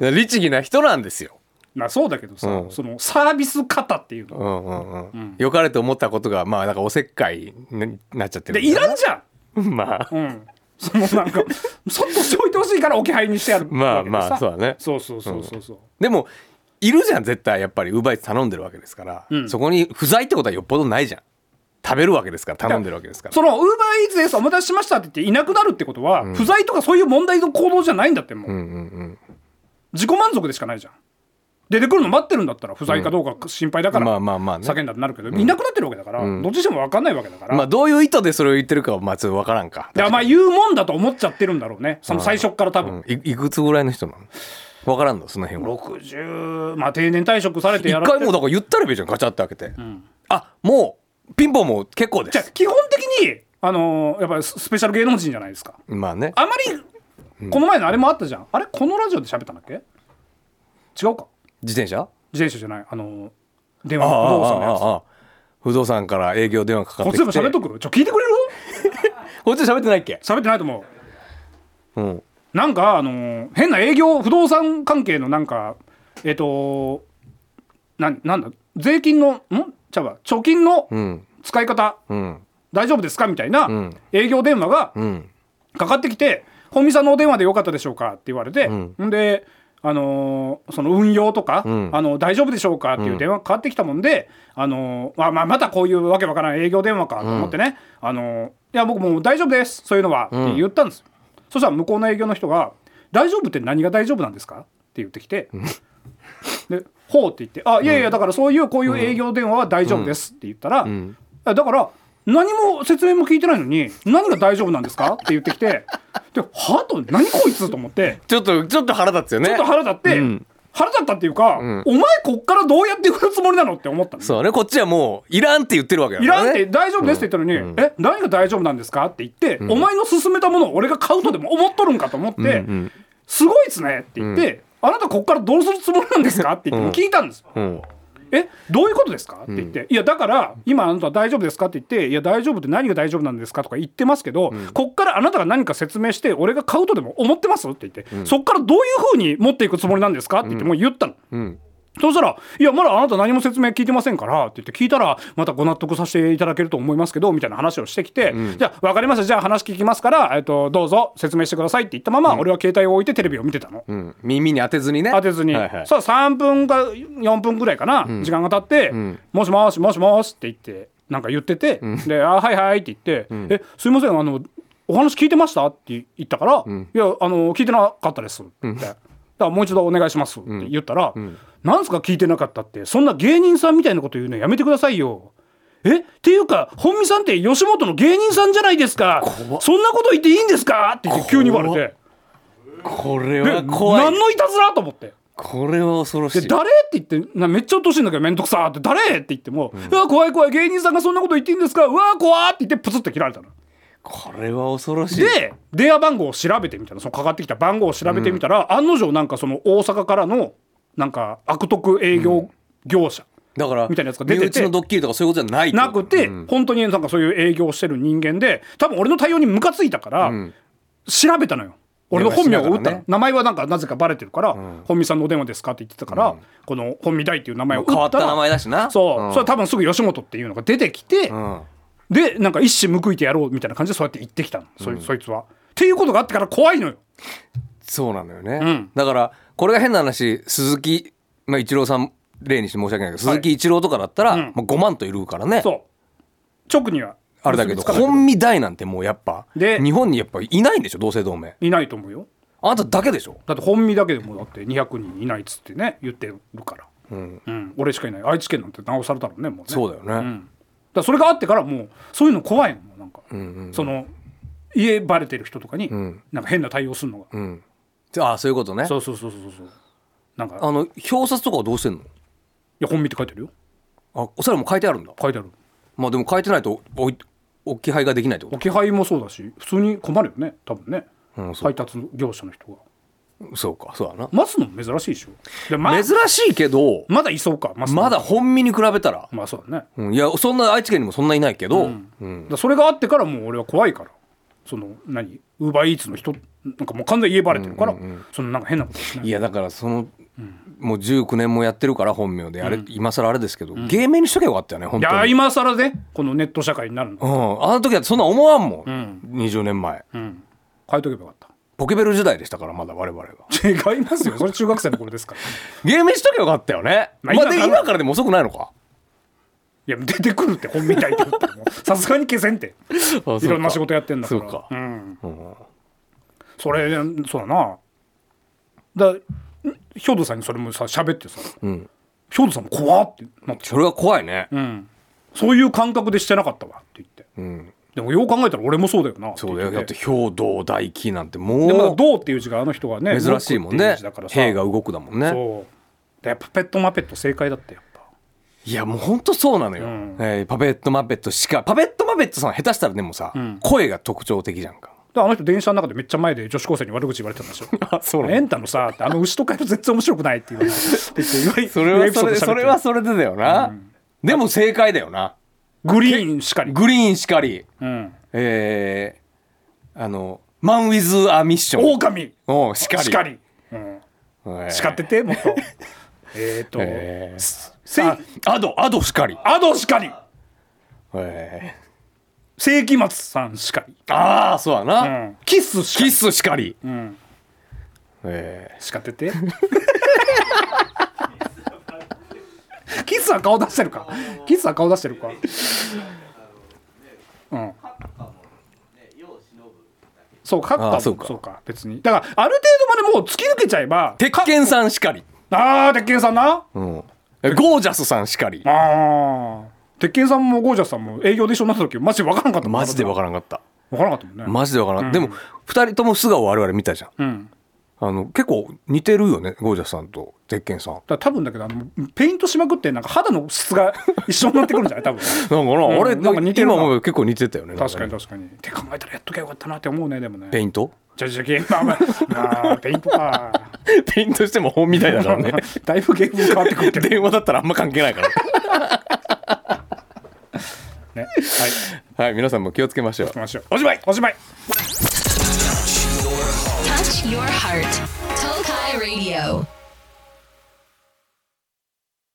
D: 律儀な人なんですよ、
C: まあそうだけどさ、
D: うん
C: そのサービス方っていう
D: う
C: の。
D: んうんうんよかれと思ったことがまあなんかおせっかいになっちゃってる
C: で、いらんじゃん
D: ん まあ
C: うん。そのなんか、そっとしておいてほしいから置き配にしてやる
D: まあ
C: わけでさ
D: まあそうだね
C: そうそうそうそうそう。
D: でもいるじゃん絶対やっぱりウーバーイーツ頼んでるわけですから、
C: うん
D: そこに不在ってことはよっぽどないじゃん食べるわけですから頼んでるわけですから
C: そのウーバーイーツですお待たせしましたって言っていなくなるってことは、不在とかそういう問題の行動じゃないんだってもう,、自己満足でしかないじゃん出てくるの待ってるんだったら不在かどうか心配だから、
D: まあまあまあね
C: 叫んだってなるけど、いなくなってるわけだから、どっちにしても分かんないわけだから、
D: まあどういう意図でそれを言ってるかはまあちょっと分からんか
C: でまあ言うもんだと思っちゃってるんだろうねその最初っから多
D: う
C: 分、
D: ん、いいくつぐらいの人なの分からんのその辺は
C: 60まあ定年退職されて
D: 一
C: やら
D: 回もう
C: う
D: だから言ったらいいじゃんガチャって開けて、あもうピンポンも結構で
C: じゃあ
D: す
C: 基本的にあのーやっぱりススペシャル芸能人じゃないですか
D: まあね
C: あまりこの前のあれもあったじゃん、あれこのラジオで喋ったんだっけ違うか
D: 自転車
C: 自転車じゃないあの電
D: あ
C: 話
D: あ
C: の不動産の
D: あ
C: やつ
D: あああ不動産から営業電話かかっ
C: こ
D: て
C: っ
D: き
C: ちで
D: て
C: も喋っとくちょ聞いてくれる
D: こっちで喋ってないっけ
C: 喋ってないと思
D: うん
C: うなんかあのー変な営業不動産関係のなんかえっ、となんなんだ税金のんちゃうわ貯金の
D: ん
C: 使い方、
D: うん
C: 大丈夫ですかみたいなん営業電話が
D: うん
C: かかってきて「本見さんのお電話でよかったでしょうか?」って言われて、ん、で、あのーその運用とか、
D: ん
C: あの大丈夫でしょうかっていう電話がかかってきたもんで、あのーあまあ、またこういうわけわからん営業電話かと思ってね「あのーいや僕もう大丈夫ですそういうのは」って言ったんですよ、そしたら向こうの営業の人が「大丈夫って何が大丈夫なんですか?」って言ってきて。で「ほう」って言って「あいやいやだからそういうこういう営業電話は大丈夫です」って言ったら、あだから何も説明も聞いてないのに「何が大丈夫なんですか?」って言ってきて「ではと何こいつ」と思って
D: ちょっとちょっと腹立つよね
C: ちょっと腹立って、腹立ったっていうか、お前こっからどうやって振るつもりなのって思ったの。
D: そうねこっちはもういらんって言ってるわけだ
C: い
D: からら、ね、
C: んって大丈夫ですって言ったのに、え何が大丈夫なんですかって言って、お前の勧めたものを俺が買うとでも思っとるんかと思って、すごいっすねって言って、あなたこっからどうするつもりなんですかって言って聞いたんですよ。
D: うん
C: えどういうことですか?」って言って「いやだから今あなたは大丈夫ですか?」って言って「いや大丈夫って何が大丈夫なんですか?」とか言ってますけど、こっからあなたが何か説明して俺が買うとでも思ってますって言って、そっからどういうふうに持っていくつもりなんですかって言ってもう言ったの。
D: うん
C: そうしたら「いやまだあなた何も説明聞いてませんから」って言って聞いたら「またご納得させていただけると思いますけど」みたいな話をしてきて「じゃあ分かりましたじゃあ話聞きますから、えっと、どうぞ説明してください」って言ったまま、俺は携帯を置いてテレビを見てたの。
D: うん、耳に当てずにね
C: 当てずに、
D: はいはい
C: さあ3分か4分ぐらいかな、時間が経って、もしもしもしもし」って言ってなんか言ってて「であはいはい」って言って「えすいませんあのお話聞いてました?」って言ったから「いやあの聞いてなかったです」って言って。からもう一度お願いしますって言ったら、なんすか聞いてなかったって、そんな芸人さんみたいなこと言うのやめてくださいよ。えっていうか本見さんって吉本の芸人さんじゃないですかそんなこと言っていいんですかって言って急に言われて
D: これ
C: え
D: は怖い
C: 何のいたずらと思って
D: これは恐ろし
C: で
D: い
C: 誰って言ってなめっちゃ落としいんだけど面倒くさーって誰って言っても、うわ怖い怖い芸人さんがそんなこと言っていいんですかうわ怖ーって言ってプツって切られたの。
D: これは恐ろしい
C: で電話番号を調べてみたらそのかかってきた番号を調べてみたら、案の定なんかその大阪からのなんか悪徳営業業者、
D: だから
C: みたいなやつが出てて
D: 身内のドッキリとかそういうことじゃないと
C: なくて、本当になんかそういう営業してる人間で多分俺の対応にムカついたから、調べたのよ俺の本名を打っ
D: 電話しな
C: た
D: がら
C: の
D: ね
C: 名前はなんかなぜかバレてるから「本見さんのお電話ですか?」って言ってたから、この「本見大」っていう名前を打った
D: 変
C: ら
D: わった名前だしな
C: そう、
D: ん
C: それは多分すぐ吉本っていうのが出てきて、
D: うん
C: でなんか一矢報いてやろうみたいな感じでそうやって言ってきたの、そいそいつは。っていうことがあってから怖いのよ。
D: そうなのよね、
C: ん
D: だからこれが変な話鈴木、まあ、一郎さん例にして申し訳ないけど、鈴木一郎とかだったら、
C: ん
D: まあ、5万といるからね
C: そう直には
D: あれだ
C: 結
D: けど
C: びつかない
D: 本見大なんてもうやっぱ
C: で
D: 日本にやっぱいないんでしょ同姓同名
C: いないと思うよ
D: あんただけでしょ
C: だって本身だけでもだって200人いないっつってね言ってるから、うん俺しかいない愛知県なんて直されたもんねもうね
D: そうだよね、
C: うん、だからそれがあってからもうそういうの怖いのもうなんか、その家バレてる人とかに、なんか変な対応するのが、
D: ああそういうことね
C: そうそうそうそうそうなんか「い
D: あの表札とかはどうしてんの
C: や本身」って書いてあるよ
D: あそれもう書いてあるんだ
C: 書いてある
D: まあでも書いてないとおい置き配ができないってこ
C: 置き配もそうだし普通に困るよね多分ね、
D: うんそう
C: 配達業者の人が
D: とそうかそうだな、
C: 待つのも珍しいでしょでま
D: 珍しいけど
C: まだいそうか待つの
D: まだ本身に比べたら、
C: まあそうだね
D: うん、いやそんな愛知県にもそんないないけど、
C: だからそれがあってからもう俺は怖いからその何ウーバーイーツの人なんかもう完全に家バレてるから、そのなんか変なことしない
D: いやだからその、もう19年もやってるから本名であれ、今更あれですけど、芸名にしとけばよかったよね本
C: いや
D: 当に、
C: 今更ねこのネット社会になるの
D: うん、あの時はそんな思わんもん、20年前、
C: 変えとけばよかっ
D: ポケベル時代でしたからまだ我々が
C: た違いますよそれ中学生の頃ですから
D: 芸名しとけばよかったよね、
C: ま
D: ま
C: あ今
D: あ、
C: か
D: で
C: ら
D: 今からでも遅くないのか
C: いや出てくるって本みたいって言って もさすがに消せんっていろんな仕事やってんだから
D: そうか
C: んそれそうだなだヒョドさんにそれもさ喋ってさ、ヒョドさんも怖ってなって
D: それが怖いね、
C: そういう感覚でしてなかったわって言って、でもよう考えたら俺もそうだよな
D: そうだ
C: って
D: よだ
C: 言
D: っ
C: って
D: て兵道大輝なんて
C: でま
D: も
C: だ「どう」っていう字があの人がね
D: う珍しいも
C: 動
D: ん
C: く
D: ね
C: ってう字だからさ
D: 兵が動くだもんね
C: そうでやっぱペットマペット正解だったやっぱ
D: いやもうほんとそうなのよ、
C: ん
D: えーパペットマペットしかパペットマペットさん下手したらでもさ、声が特徴的じゃんか
C: であの人電車の中でめっちゃ前で女子高生に悪口言われてたんですよ
D: そうなの
C: エンタのさってあの牛とかより全然面白くない って言われてって言って言われ
D: それは
C: エピソ
D: そ
C: ード喋
D: れ
C: って
D: それはそれでだよな、でも正解だよな
C: グリーンしかり
D: グリーンしかり
C: うん
D: えー、あのマン・ウィズ・ア・ミッション
C: 狼
D: おうしかり
C: しかりうん叱っててもっとえっと
D: えー
C: せい
D: あアドアドしかり、
C: アドしかり
D: え
C: 世紀末さんしかり
D: ー、ああそうだな、
C: うんキスしか
D: キ
C: り
D: スしかり、え
C: 叱っててキスは顔出してるかキスは顔出してるかうんそうカッ
D: あ
C: カ
D: あそ
C: そうう
D: か
C: かそうか別にだからある程度までもう突き抜けちゃえば
D: ー、鉄拳さんしかり、
C: ああ鉄拳さんな
D: うん、えゴージャスさんしかり
C: ああ鉄拳さんもゴージャスさんも営業で一緒になった時マジ分からんかったもん
D: マジでわからんかった
C: 分からんかったもんね
D: マジでわからん、でも2人とも素顔我々見たじゃん、
C: ん
D: あの結構似てるよねゴージャスさんと鉄拳さん
C: だから多分だけどあのペイントしまくってなんか肌の質が一緒になってくるんじゃない多分
D: なんかな、
C: うん
D: あれ
C: なんか似てるな
D: 今も結構似てたよね
C: 確か
D: な
C: に
D: んね
C: 確かにって考えたらやっときゃよかったなって思うねでもね
D: ペイント
C: じゃじゃゲームまあまあまあペイントか
D: ペイントしても本みたいだから ね
C: だいぶゲーム変わってくるけどね
D: 電話だったらあんま関係ないから
C: はい
D: はい皆さんも気をつけましょう
C: 行きましょうおしまいおしまい
B: Touch your heart. Tokai Radio.